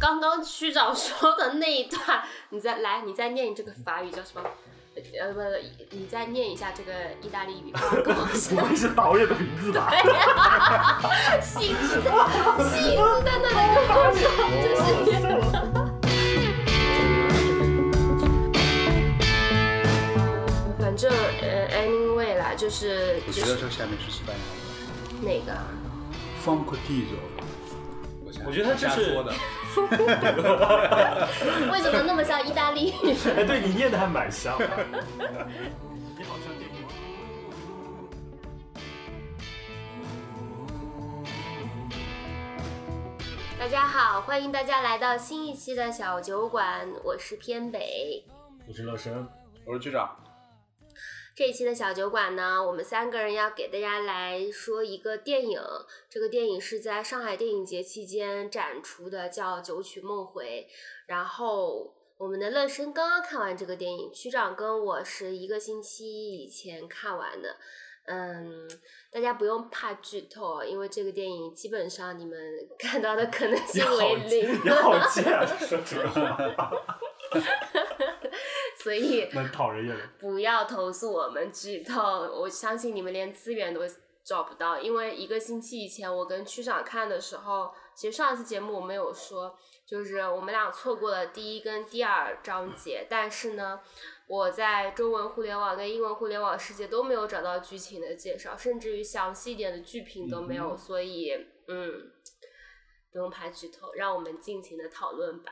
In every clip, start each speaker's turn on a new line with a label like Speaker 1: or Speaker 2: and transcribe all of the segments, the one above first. Speaker 1: 刚区长说的那一段，你再来，你再念这个法语叫什么？呃，不，你再念一下这个意大利语。啊跟我
Speaker 2: 不会是导演的名字吧？
Speaker 1: 性质的，性质的那个口罩，就是你。 反正呃，anyway 啦，就是
Speaker 3: 你
Speaker 1: 就
Speaker 3: 觉得
Speaker 1: 是
Speaker 3: 这下面是西班牙文
Speaker 1: 哪个啊？
Speaker 3: ？Funk Dizo，
Speaker 4: 我觉得他就
Speaker 3: 瞎
Speaker 4: 是
Speaker 3: 说的，
Speaker 1: 为什么那么像意大利语？
Speaker 2: 哎，对你念的还蛮像的。
Speaker 3: 嗯
Speaker 2: 你好像
Speaker 1: 大家好，欢迎大家来到新一期的小酒馆，我是偏北。
Speaker 2: 我是乐生，
Speaker 3: 我是局长。
Speaker 1: 这一期的小酒馆呢，我们三个人要给大家来说一个电影，这个电影是在上海电影节期间展出的，叫《九曲梦回》。然后我们的乐生刚刚看完这个电影，区长跟我是一个星期以前看完的。嗯，大家不用怕剧透，啊因为这个电影基本上你们 看到的可能
Speaker 2: 你
Speaker 1: 性
Speaker 2: 好
Speaker 1: 为零
Speaker 2: 贱，，你好贱啊！说实话，
Speaker 1: 所以
Speaker 2: 蛮讨人厌的。
Speaker 1: 不要投诉我们剧透，我相信你们连资源都找不到，因为一个星期以前我跟区长看的时候，其实上一次节目我们有说，就是我们俩错过了第一跟第二章节，但是呢，我在中文互联网跟英文互联网世界都没有找到剧情的介绍，甚至于详细一点的剧评都没有，所以嗯，不用怕剧透，让我们尽情的讨论吧。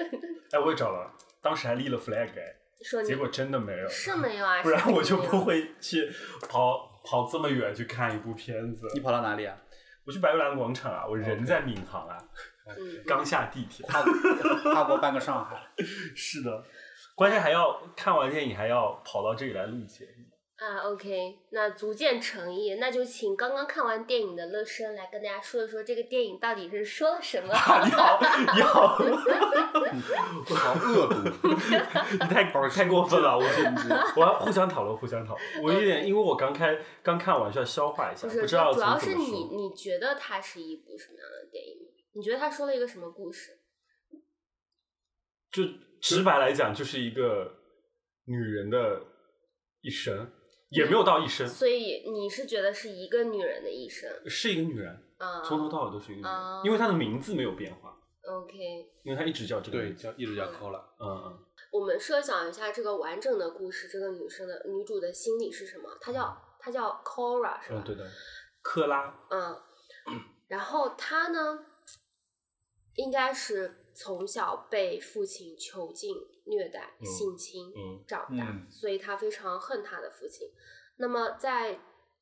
Speaker 2: 哎，我也找了，当时还立了 flag，哎
Speaker 1: 说你
Speaker 2: 结果真的没有，
Speaker 1: 是没有啊，
Speaker 2: 不然
Speaker 1: 是
Speaker 2: 我就
Speaker 1: 没有
Speaker 2: 不会去跑跑这么远去看一部片子。
Speaker 3: 你跑到哪里啊？
Speaker 2: 我去白玉兰广场啊，我人在闵行啊，
Speaker 1: 嗯
Speaker 2: 刚下地铁。
Speaker 3: 跨跨过半个上海，
Speaker 2: 是的，关键还要看完电影还要跑到这里来录节目。
Speaker 1: 啊，OK，那足见诚意，那就请刚刚看完电影的乐生来跟大家说一说这个电影到底是说了 什么。
Speaker 2: 你好，你好，
Speaker 3: 好恶毒。
Speaker 2: 你太太过分了，我我要互相讨论，互相讨 论。我有点，因为我刚开刚看完，需要消化一下，
Speaker 1: 不
Speaker 2: 不
Speaker 1: 是，
Speaker 2: 知道
Speaker 1: 主
Speaker 2: 从
Speaker 1: 要
Speaker 2: 怎
Speaker 1: 是
Speaker 2: 么
Speaker 1: 你
Speaker 2: 说。
Speaker 1: 你觉得它是一部什么样的电影？你觉得它说了一个什么故事？
Speaker 2: 就直白来讲，就是一个女人的一生，也没有到一生，
Speaker 1: 所以你是觉得是一个女人的一生
Speaker 2: 是一个女人，
Speaker 1: 啊？
Speaker 2: 从头到尾都是一个女人
Speaker 1: 啊，
Speaker 2: 因为她的名字没有变化，
Speaker 1: OK，
Speaker 2: 因为她一直叫这个
Speaker 3: 对，
Speaker 2: 名字。
Speaker 3: 叫一直叫抠了。
Speaker 2: 嗯嗯，
Speaker 1: 我们设想一下这个完整的故事，这个女生的女主的心理是什么？她叫她叫 Cora 是吧？
Speaker 2: 嗯，对的，克拉，
Speaker 1: 嗯，然后他呢，应该是从小被父亲囚禁、虐待、
Speaker 2: 嗯
Speaker 1: 性侵、
Speaker 2: 嗯
Speaker 1: 长大，
Speaker 3: 嗯
Speaker 1: 所以他非常恨他的父亲。那么在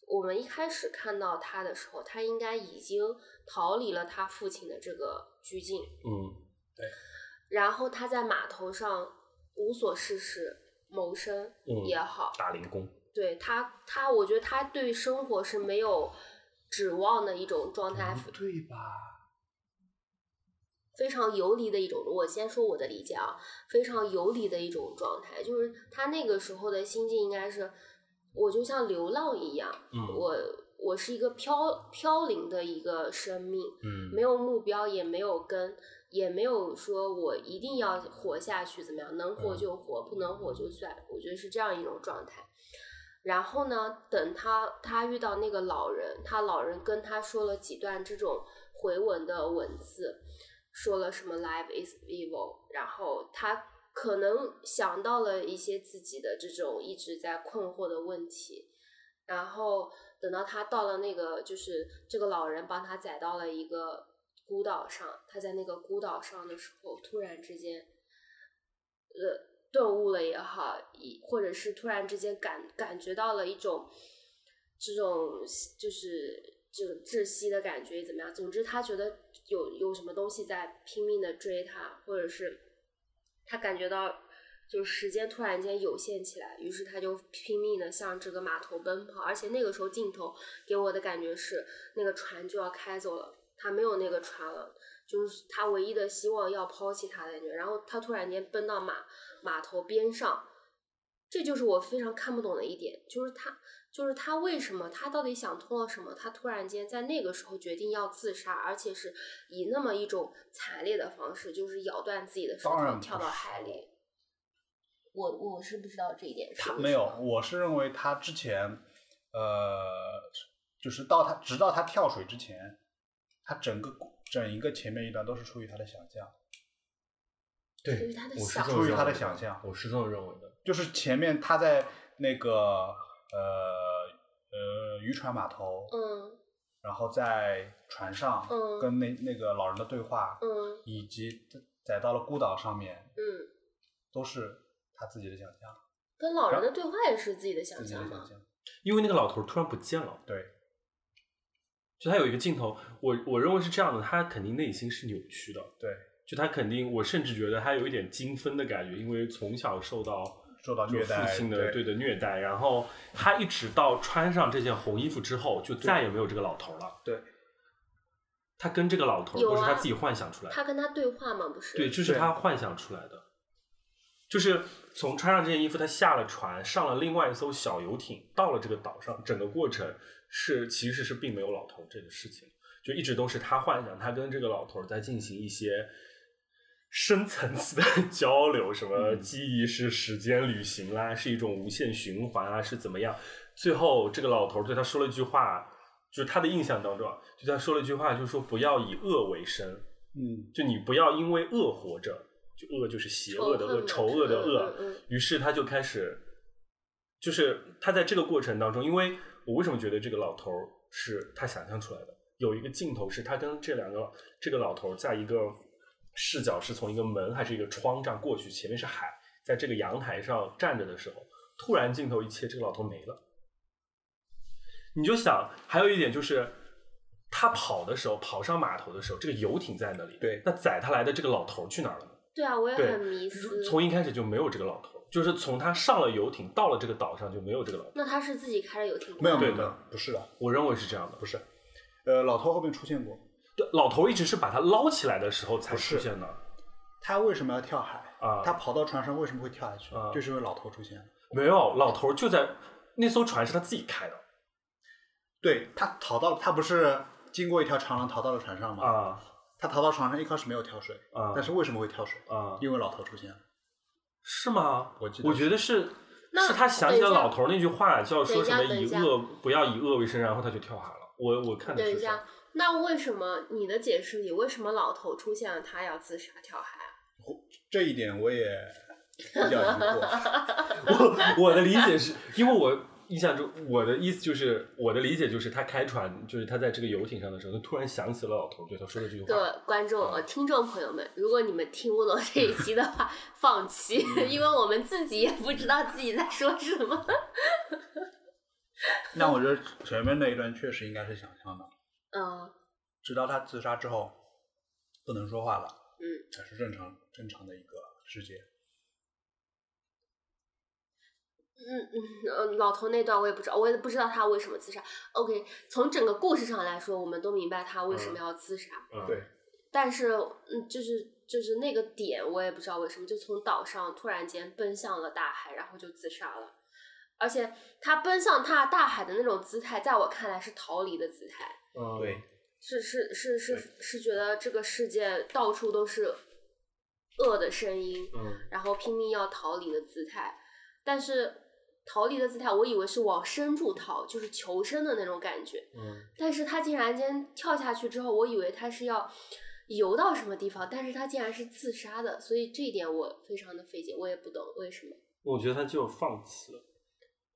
Speaker 1: 我们一开始看到他的时候，他应该已经逃离了他父亲的这个拘禁，
Speaker 2: 嗯，
Speaker 1: 然后他在码头上无所事事谋生
Speaker 2: 嗯
Speaker 1: 也好，
Speaker 2: 打零工。
Speaker 1: 对他，他我觉得他对生活是没有指望的一种状态，
Speaker 2: 对吧？
Speaker 1: 非常游离的一种。我先说我的理解啊，非常游离的一种状态，就是他那个时候的心境应该是，我就像流浪一样，
Speaker 2: 嗯
Speaker 1: 我我是一个飘飘零的一个生命，
Speaker 2: 嗯，
Speaker 1: 没有目标，也没有根，也没有说我一定要活下去怎么样，能活就活，不能活就算。我觉得是这样一种状态。然后呢，等他他遇到那个老人，他老人跟他说了几段这种回文的文字，说了什么 “life is evil”，然后他可能想到了一些自己的这种一直在困惑的问题，然后等到他到了那个，就是这个老人帮他载到了一个孤岛上，他在那个孤岛上的时候，突然之间，呃，顿悟了也好，一或者是突然之间感感觉到了一种这种就是这种窒息的感觉，怎么样？总之，他觉得有有什么东西在拼命的追他，或者是他感觉到就是时间突然间有限起来，于是他就拼命的向这个码头奔跑，而且那个时候镜头给我的感觉是那个船就要开走了，他没有那个船了。就是他唯一的希望要抛弃他的感觉，然后他突然间奔到码码头边上，这就是我非常看不懂的一点，就是他就是他为什么，他到底想通了什么？他突然间在那个时候决定要自杀，而且是以那么一种惨烈的方式，就是咬断自己的舌
Speaker 3: 当
Speaker 1: 头
Speaker 3: 然不
Speaker 1: 跳到
Speaker 3: 是
Speaker 1: 海里。我我是不知道这一点是
Speaker 3: 他
Speaker 1: 不是
Speaker 3: 没有
Speaker 1: 啊，
Speaker 3: 我是认为他之前，呃，就是到他直到他跳水之前，他整个整一个前面一段都是出于他的想象，
Speaker 2: 对
Speaker 1: 出于他的
Speaker 2: 我是
Speaker 1: 想
Speaker 2: 这么
Speaker 1: 象
Speaker 3: 出于他
Speaker 2: 认
Speaker 3: 的
Speaker 2: 为
Speaker 3: 想象
Speaker 2: 我是这么认为的。
Speaker 3: 就是前面他在那个呃呃渔船码头，
Speaker 1: 嗯
Speaker 3: 然后在船上
Speaker 1: 嗯
Speaker 3: 跟那那个老人的对话，
Speaker 1: 嗯
Speaker 3: 以及在到了孤岛上面，
Speaker 1: 嗯，
Speaker 3: 都是他自己的想象，
Speaker 1: 跟老人的对话也是自己的想
Speaker 3: 自己的
Speaker 1: 象
Speaker 3: 想
Speaker 1: 吗？
Speaker 3: 象，
Speaker 2: 因为那个老头儿突然不见了，
Speaker 3: 对，
Speaker 2: 就他有一个镜头，我我认为是这样的，他肯定内心是扭曲的，
Speaker 3: 对，
Speaker 2: 就他肯定，我甚至觉得他有一点精分的感觉，因为从小受到
Speaker 3: 受到
Speaker 2: 就
Speaker 3: 虐待
Speaker 2: 父亲的
Speaker 3: 对
Speaker 2: 的虐待，然后他一直到穿上这件红衣服之后，就再也没有这个老头儿了。
Speaker 3: 对，
Speaker 2: 他跟这个老头儿
Speaker 1: 有
Speaker 2: 都是他
Speaker 1: 啊
Speaker 2: 自己幻想出来的，
Speaker 1: 他跟他对话吗？不是，
Speaker 2: 对，就是
Speaker 3: 对
Speaker 2: 他幻想出来的，就是从穿上这件衣服，他下了船，上了另外一艘小游艇，到了这个岛上，整个过程是其实是并没有老头这个事情，就一直都是他幻想，他跟这个老头在进行一些。深层次的 交流，什么
Speaker 3: 嗯
Speaker 2: 记忆是时间旅行啦、是一种无限循环啊，是怎么样？最后这个老头对他说了一句话，就是他的印象当中啊，就他说了一句话，就是说不要以恶为生，
Speaker 3: 嗯，
Speaker 2: 就你不要因为恶活着，就恶就是邪恶的恶，
Speaker 1: 仇
Speaker 2: 丑
Speaker 1: 恨嘛
Speaker 2: 恶的恶。
Speaker 1: 嗯嗯嗯
Speaker 2: 于是他就开始，就是他在这个过程当中，因为我为什么觉得这个老头儿是他想象出来的？有一个镜头是他跟这两个这个老头儿在一个视角是从一个门还是一个窗这样过去，前面是海，在这个阳台上站着的时候，突然镜头一切，这个老头没了。你就想，还有一点就是，他跑的时候，跑上码头的时候，这个游艇在那里。
Speaker 3: 对
Speaker 2: 那载他来的这个老头去哪儿了呢？
Speaker 1: 对啊，我也
Speaker 2: 对
Speaker 1: 很迷思。
Speaker 2: 从一开始就没有这个老头，就是从他上了游艇到了这个岛上就没有这个老头。
Speaker 1: 那他是自己开着游艇吗？
Speaker 3: 没有没有
Speaker 2: 对
Speaker 3: 没
Speaker 2: 的
Speaker 3: 有，不是的，
Speaker 2: 我认为是这样的，
Speaker 3: 不是，呃，老头后面出现过，
Speaker 2: 对，老头一直是把他捞起来的时候才
Speaker 3: 不是
Speaker 2: 出现的。
Speaker 3: 他为什么要跳海？
Speaker 2: 啊
Speaker 3: 他跑到船上为什么会跳下去？
Speaker 2: 啊
Speaker 3: 就是因为老头出现了。
Speaker 2: 没有，老头就在那艘船是他自己开的
Speaker 3: 对他逃到，他不是经过一条长廊逃到了船上吗？
Speaker 2: 啊
Speaker 3: 他逃到船上一开始没有跳水，
Speaker 2: 啊
Speaker 3: 但是为什么会跳水？
Speaker 2: 啊！
Speaker 3: 因为老头出现了。
Speaker 2: 是吗？
Speaker 3: 我记得
Speaker 2: 我觉得是，
Speaker 1: 那
Speaker 2: 是他想起了
Speaker 1: 等一下
Speaker 2: 老头那句话，叫说什么
Speaker 1: 等一
Speaker 2: 以
Speaker 1: 下等一下
Speaker 2: 恶不要以恶为生，然后他就跳海了。我我看的
Speaker 1: 等
Speaker 2: 是
Speaker 1: 一
Speaker 2: 这样。
Speaker 1: 下，那为什么你的解释里为什么老头出现了他要自杀跳海啊？
Speaker 3: 这一点我也比较疑惑。
Speaker 2: 我我的理解是因为我印象中我的意思就是我的理解就是他开船就是他在这个游艇上的时候，他突然想起了老头对他说的这句
Speaker 1: 各
Speaker 2: 话。
Speaker 1: 位观众、呃，听众朋友们，如果你们听不懂这一期的话，放弃，因为我们自己也不知道自己在说什么。
Speaker 3: 那我觉得前面那一段确实应该是想象的，
Speaker 1: 嗯
Speaker 3: 直到他自杀之后不能说话了，
Speaker 1: 嗯，
Speaker 3: 才是正常正常的一个世界。
Speaker 1: 嗯嗯，呃老头那段我也不知道，我也不知道他为什么自杀。OK，从整个故事上来说，我们都明白他为什么要自杀。
Speaker 2: 嗯，
Speaker 3: 对，
Speaker 1: 但是，嗯，就是就是那个点，我也不知道为什么，就从岛上突然间奔向了大海，然后就自杀了。而且他奔向大大海的那种姿态，在我看来是逃离的姿态，
Speaker 2: 嗯
Speaker 3: 对，
Speaker 1: 是是是是
Speaker 3: 对
Speaker 1: 是觉得这个世界到处都是恶的声音，
Speaker 2: 嗯
Speaker 1: 然后拼命要逃离的姿态。但是逃离的姿态，我以为是往深处逃，就是求生的那种感觉。
Speaker 2: 嗯
Speaker 1: 但是他竟然间跳下去之后，我以为他是要游到什么地方，但是他竟然是自杀的，所以这一点我非常的费解，我也不懂为什么。
Speaker 2: 我觉得他就放弃了。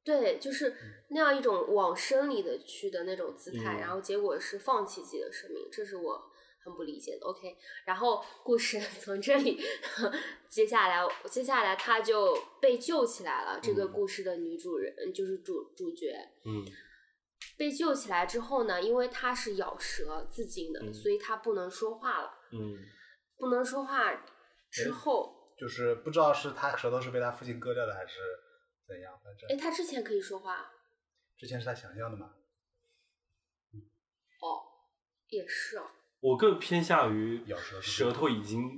Speaker 1: 对，
Speaker 2: 嗯
Speaker 1: 就是那样一种往深里的去的那种姿态，
Speaker 2: 嗯
Speaker 1: 然后结果是放弃自己的生命，这是我很不理解的。OK，然后故事 从这里接下来，接下来他就被救起来了。这个
Speaker 2: 嗯
Speaker 1: 故事的女主人就是主主角，
Speaker 2: 嗯
Speaker 1: 被救起来之后呢，因为他是咬舌自尽的，
Speaker 2: 嗯
Speaker 1: 所以他不能说话了。
Speaker 2: 嗯
Speaker 1: 不能说话之后，
Speaker 3: 就是不知道是他舌头是被他父亲割掉的还是怎样，反
Speaker 1: 哎，
Speaker 3: 正
Speaker 1: 他之前可以说话
Speaker 3: 之前是他想象的嘛。
Speaker 1: 也是哦。哦
Speaker 2: 我更偏向于
Speaker 3: 咬舌
Speaker 2: 舌头已经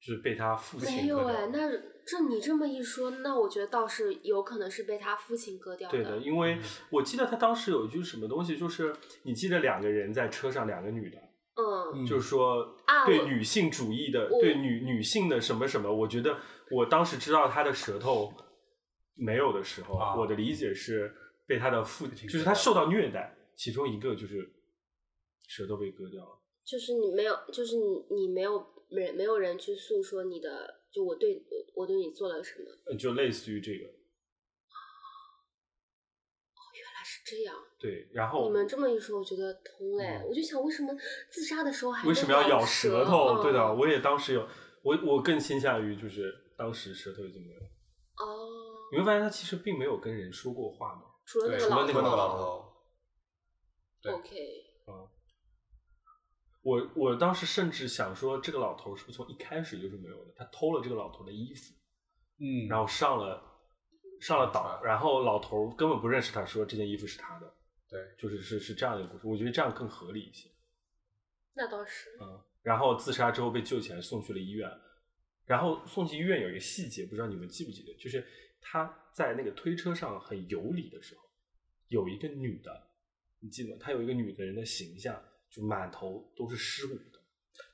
Speaker 4: 就是被他父亲
Speaker 1: 没有
Speaker 4: 割掉
Speaker 1: 哎，那这你这么一说，那我觉得倒是有可能是被他父亲割掉
Speaker 2: 对的，
Speaker 1: 的。嗯
Speaker 2: 因
Speaker 3: 嗯
Speaker 2: 为我记得他当时有一句什么东西，就是你记得两个人在车上，两个女的，
Speaker 1: 嗯，
Speaker 2: 就是说
Speaker 1: 啊
Speaker 2: 对
Speaker 1: 我
Speaker 2: 女性主义的，
Speaker 1: 我
Speaker 2: 对女女性的什么什么，我觉得我当时知道他的舌头没有的时候，
Speaker 3: 啊
Speaker 2: 我的理解是被他的父，
Speaker 3: 亲
Speaker 2: 就是他受到虐待，其中一个就是舌头被割掉了。
Speaker 1: 就是你没有，就是你你没有没没有人去诉说你的，就我对我对你做了什么，原
Speaker 2: 呃就类似于这个，
Speaker 1: 来是这样。
Speaker 2: 对，然后
Speaker 1: 你们这么一说，我觉得通嘞。
Speaker 2: 哦嗯
Speaker 1: 我就想，为什么自杀的时候还
Speaker 2: 为什么要咬
Speaker 1: 啊舌
Speaker 2: 舌头？
Speaker 1: 嗯
Speaker 2: 对的，我也当时有，我我更倾向于就是当时舌头已经没有了，
Speaker 1: 哦，
Speaker 2: 你会发现他其实并没有跟人说过话嘛。
Speaker 1: 除了那
Speaker 3: 对，
Speaker 1: 个
Speaker 3: 除了
Speaker 1: 老
Speaker 3: 那个那个老头，对
Speaker 1: OK，
Speaker 2: 我我当时甚至想说，这个老头是不是从一开始就是没有的？他偷了这个老头的衣服，
Speaker 3: 嗯，
Speaker 2: 然后上了上了岛，然后老头根本不认识他，说这件衣服是他的，
Speaker 3: 对，
Speaker 2: 就是是是这样的一个故事。我觉得这样更合理一些。
Speaker 1: 那倒是。
Speaker 2: 嗯，然后自杀之后被救起来，送去了医院。然后送去医院有一个细节，不知道你们记不记得，就是他在那个推车上很有理的时候，有一个女的，你记得吗？她有一个女的人的形象，就满头都是尸骨的。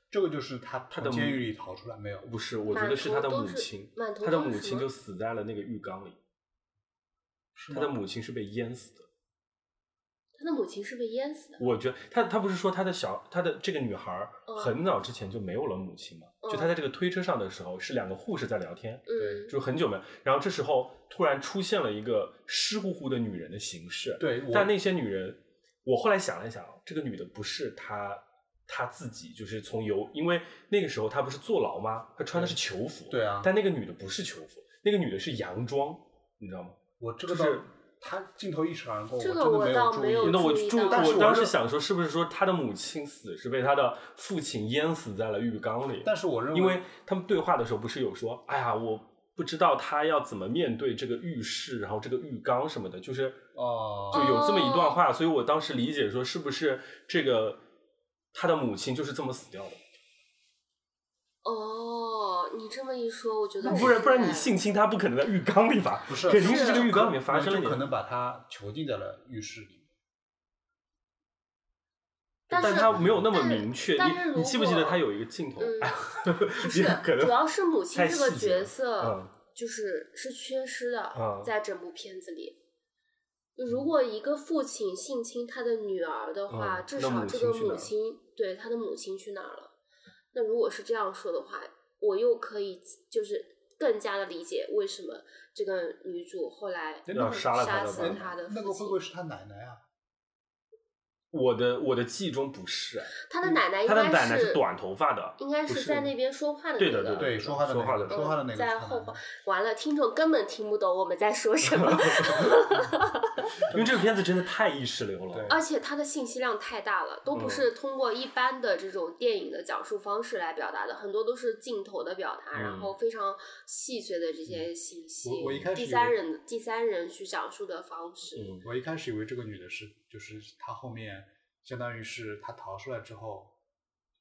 Speaker 3: 这个就是他
Speaker 2: 他
Speaker 3: 从
Speaker 2: 的母
Speaker 3: 监狱里逃出来没有？
Speaker 2: 不是，我觉得是他的母亲，
Speaker 1: 满头都是满头
Speaker 2: 他的
Speaker 1: 都是
Speaker 2: 母亲
Speaker 1: 什么
Speaker 2: 就死在了那个浴缸里，
Speaker 1: 嗯
Speaker 3: 是
Speaker 2: 他
Speaker 3: 吗
Speaker 2: 的母亲是被淹死的。
Speaker 1: 他的母亲是被淹死的。
Speaker 2: 我觉得他他不是说他的小他的这个女孩儿
Speaker 1: 嗯
Speaker 2: 很早之前就没有了母亲嘛？就他在这个推车上的时候，是两个护士在聊天，
Speaker 1: 嗯，
Speaker 2: 就是很久没有。然后这时候突然出现了一个湿乎乎的女人的形式，
Speaker 3: 对，我
Speaker 2: 但那些女人，我后来想了一想，这个女的不是她她自己，就是从游，因为那个时候她不是坐牢吗？她穿的是囚服，
Speaker 3: 对啊
Speaker 2: 但那个女的不是囚服，那个女的是洋装，你知道吗？
Speaker 3: 我这
Speaker 2: 就
Speaker 3: 个
Speaker 2: 是
Speaker 3: 倒他镜头一闪而过，
Speaker 1: 这个
Speaker 3: 我
Speaker 1: 我
Speaker 3: 真
Speaker 1: 倒
Speaker 3: 的
Speaker 1: 没有
Speaker 3: 有注意。
Speaker 2: 那我
Speaker 1: 注意
Speaker 2: 注，
Speaker 1: 到但
Speaker 3: 是
Speaker 2: 我
Speaker 3: 我
Speaker 2: 当时
Speaker 3: 认
Speaker 2: 想说，是不是说她的母亲死是被她的父亲淹死在了浴缸里？
Speaker 3: 但是我认为，
Speaker 2: 因为他们对话的时候不是有说，哎呀，我不知道他要怎么面对这个浴室，然后这个浴缸什么的，就是
Speaker 3: 哦
Speaker 2: 就有这么一段话，所以我当时理解说，是不是这个他的母亲就是这么死掉的？
Speaker 1: 哦，你这么一说，我觉得
Speaker 2: 不然不然你
Speaker 1: 信。
Speaker 2: 性侵他不可能在浴缸里吧？
Speaker 3: 不是，
Speaker 2: 肯定是这个浴缸里面发生了
Speaker 3: 就可
Speaker 2: 点。
Speaker 3: 能把他囚禁在了浴室里。
Speaker 1: 但是
Speaker 2: 他没有那么
Speaker 1: 但是
Speaker 2: 明确，
Speaker 1: 但是如
Speaker 2: 你你
Speaker 1: 果
Speaker 2: 记不记得他有一个镜头？
Speaker 1: 嗯
Speaker 2: 哎呀，
Speaker 1: 不
Speaker 2: 也
Speaker 1: 是
Speaker 2: 可，能
Speaker 1: 主要是母亲
Speaker 2: 太
Speaker 1: 这个
Speaker 2: 细节
Speaker 1: 角
Speaker 2: 了嗯
Speaker 1: 色，就是是缺失的
Speaker 2: 嗯，
Speaker 1: 在整部片子里。如果一个父亲性侵他的女儿的话，
Speaker 2: 嗯
Speaker 1: 至
Speaker 2: 那
Speaker 1: 少
Speaker 2: 母
Speaker 1: 这
Speaker 2: 亲
Speaker 1: 个
Speaker 2: 去哪
Speaker 1: 母
Speaker 2: 儿
Speaker 1: 亲对他的母亲去哪儿了？那如果是这样说的话，我又可以就是更加的理解为什么这个女主后来
Speaker 3: 对
Speaker 2: 要杀了他
Speaker 1: 杀
Speaker 2: 的
Speaker 1: 死
Speaker 2: 吧？
Speaker 1: 他的
Speaker 3: 哎那
Speaker 1: 父
Speaker 3: 个会不会
Speaker 1: 亲，
Speaker 3: 是他奶奶啊？
Speaker 2: 我的我的记忆中不是，
Speaker 1: 他的奶奶应
Speaker 2: 嗯他的
Speaker 1: 该
Speaker 2: 奶奶是短头发的，
Speaker 1: 应该
Speaker 2: 不
Speaker 1: 是
Speaker 2: 是
Speaker 1: 在那边说话的
Speaker 2: 对
Speaker 1: 那
Speaker 2: 的
Speaker 1: 个，
Speaker 2: 对
Speaker 3: 对，说话的
Speaker 2: 说话
Speaker 3: 那
Speaker 2: 的
Speaker 3: 个，说话的那个是他奶
Speaker 1: 在
Speaker 3: 奶，
Speaker 1: 后话，完了，听众根本听不懂我们在说什么，
Speaker 2: 因为这个片子真的太意识流
Speaker 3: 对
Speaker 2: 了。
Speaker 1: 而且它的信息量太大了，都
Speaker 2: 嗯
Speaker 1: 不是通过一般的这种电影的讲述方式来表达的，很多都是镜头的表达，
Speaker 2: 嗯
Speaker 1: 然后非常细碎的这些信息，
Speaker 3: 嗯我我一开始
Speaker 1: 第
Speaker 3: 以为
Speaker 1: 三人第三人去讲述的方式，
Speaker 2: 嗯，
Speaker 3: 我一开始以为这个女的是，就是她后面相当于是她逃出来之后，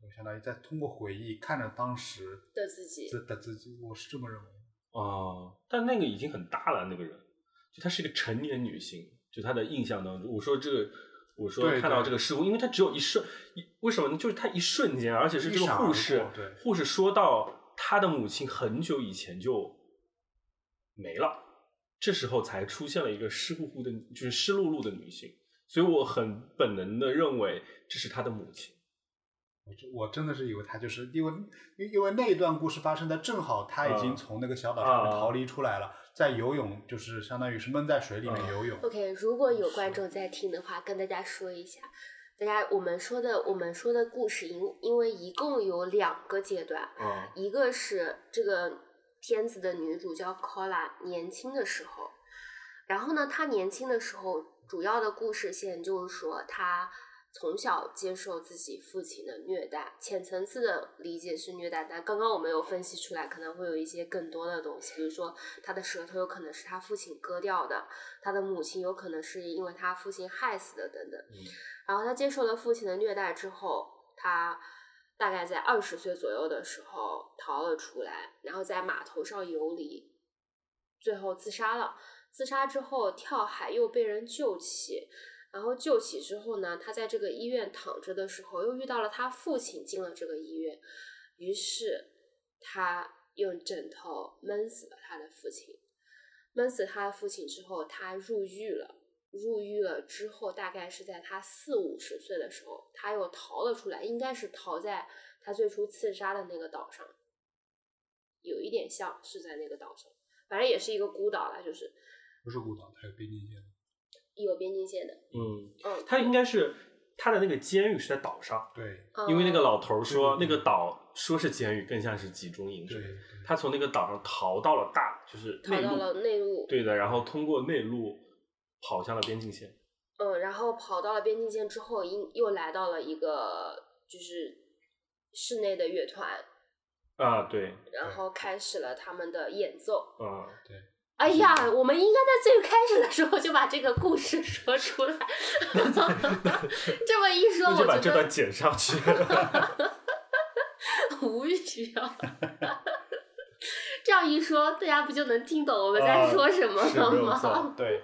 Speaker 3: 就相当于在通过回忆看着当时
Speaker 1: 的自己
Speaker 3: 自的自己，我是这么认为。啊
Speaker 2: 哦，但那个已经很大了，那个人，就她是一个成年女性，就她的印象当中，我说这个，我说
Speaker 3: 对
Speaker 2: 看到
Speaker 3: 对
Speaker 2: 这个事故，因为她只有一瞬，一为什么呢？就是她一瞬间，而且是这
Speaker 3: 一
Speaker 2: 个
Speaker 3: 闪而
Speaker 2: 护士
Speaker 3: 过对，
Speaker 2: 护士说到她的母亲很久以前就没了，这时候才出现了一个湿乎乎的，就是湿漉漉的女性，所以我很本能的认为这是她的母亲。
Speaker 3: 我真我真的是以为她就是因为因因为那一段故事发生的正好她已经
Speaker 2: 嗯
Speaker 3: 从那个小岛上面
Speaker 2: 嗯
Speaker 3: 逃离出来了，在游泳，就是相当于是闷在水里面
Speaker 2: 嗯
Speaker 3: 游泳。
Speaker 1: OK，如果有观众在听的话，跟大家说一下，大家我们说的我们说的故事，因因为一共有两个阶段，
Speaker 2: 啊、
Speaker 1: 一个是这个片子的女主叫 Cola 年轻的时候，然后呢，她年轻的时候主要的故事线就是说她从小接受自己父亲的虐待，浅层次的理解是虐待，但刚刚我们有分析出来，可能会有一些更多的东西，比如说她的舌头有可能是她父亲割掉的，她的母亲有可能是因为她父亲害死的等等。
Speaker 2: 嗯
Speaker 1: 然后他接受了父亲的虐待之后，他大概在二十岁左右的时候逃了出来，然后在码头上游离，最后自杀了。自杀之后跳海又被人救起，然后救起之后呢，他在这个医院躺着的时候，又遇到了他父亲进了这个医院，于是他用枕头闷死了他的父亲。闷死他的父亲之后，他入狱了。入狱了之后，大概是在他四五十岁的时候，他又逃了出来，应该是逃在他最初刺杀的那个岛上，有一点像是在那个岛上，反正也是一个孤岛啦，就是
Speaker 3: 不是孤岛，它是边境线。
Speaker 1: 有边境线的。
Speaker 2: 嗯，
Speaker 1: 嗯，
Speaker 2: 他应该是他的那个监狱是在岛上，
Speaker 3: 对
Speaker 1: 嗯
Speaker 2: 因为那个老头儿说
Speaker 3: 对
Speaker 2: 那个岛说是监狱，更像是集中营什
Speaker 3: 对
Speaker 2: 么的。，他从那个岛上逃到了大，就是
Speaker 1: 逃
Speaker 2: 内
Speaker 1: 到
Speaker 2: 陆，
Speaker 1: 了内陆，
Speaker 2: 对的，然后通过内陆跑向了边境线。
Speaker 1: 嗯，然后跑到了边境线之后，又又来到了一个就是室内的乐团，
Speaker 2: 啊，对，
Speaker 1: 然后开始了他们的演奏。
Speaker 2: 啊、
Speaker 1: 哎呀，我们应该在最开始的时候就把这个故事说出来。 这么一说，
Speaker 2: 那就把
Speaker 1: 我
Speaker 2: 这
Speaker 1: 觉
Speaker 2: 段
Speaker 1: 得
Speaker 2: 剪上去。
Speaker 1: 无语啊。 这样一说，大家不就能听懂我们在说什么
Speaker 2: 啊是
Speaker 1: 了
Speaker 2: 没有
Speaker 1: 吗？
Speaker 2: 错，对，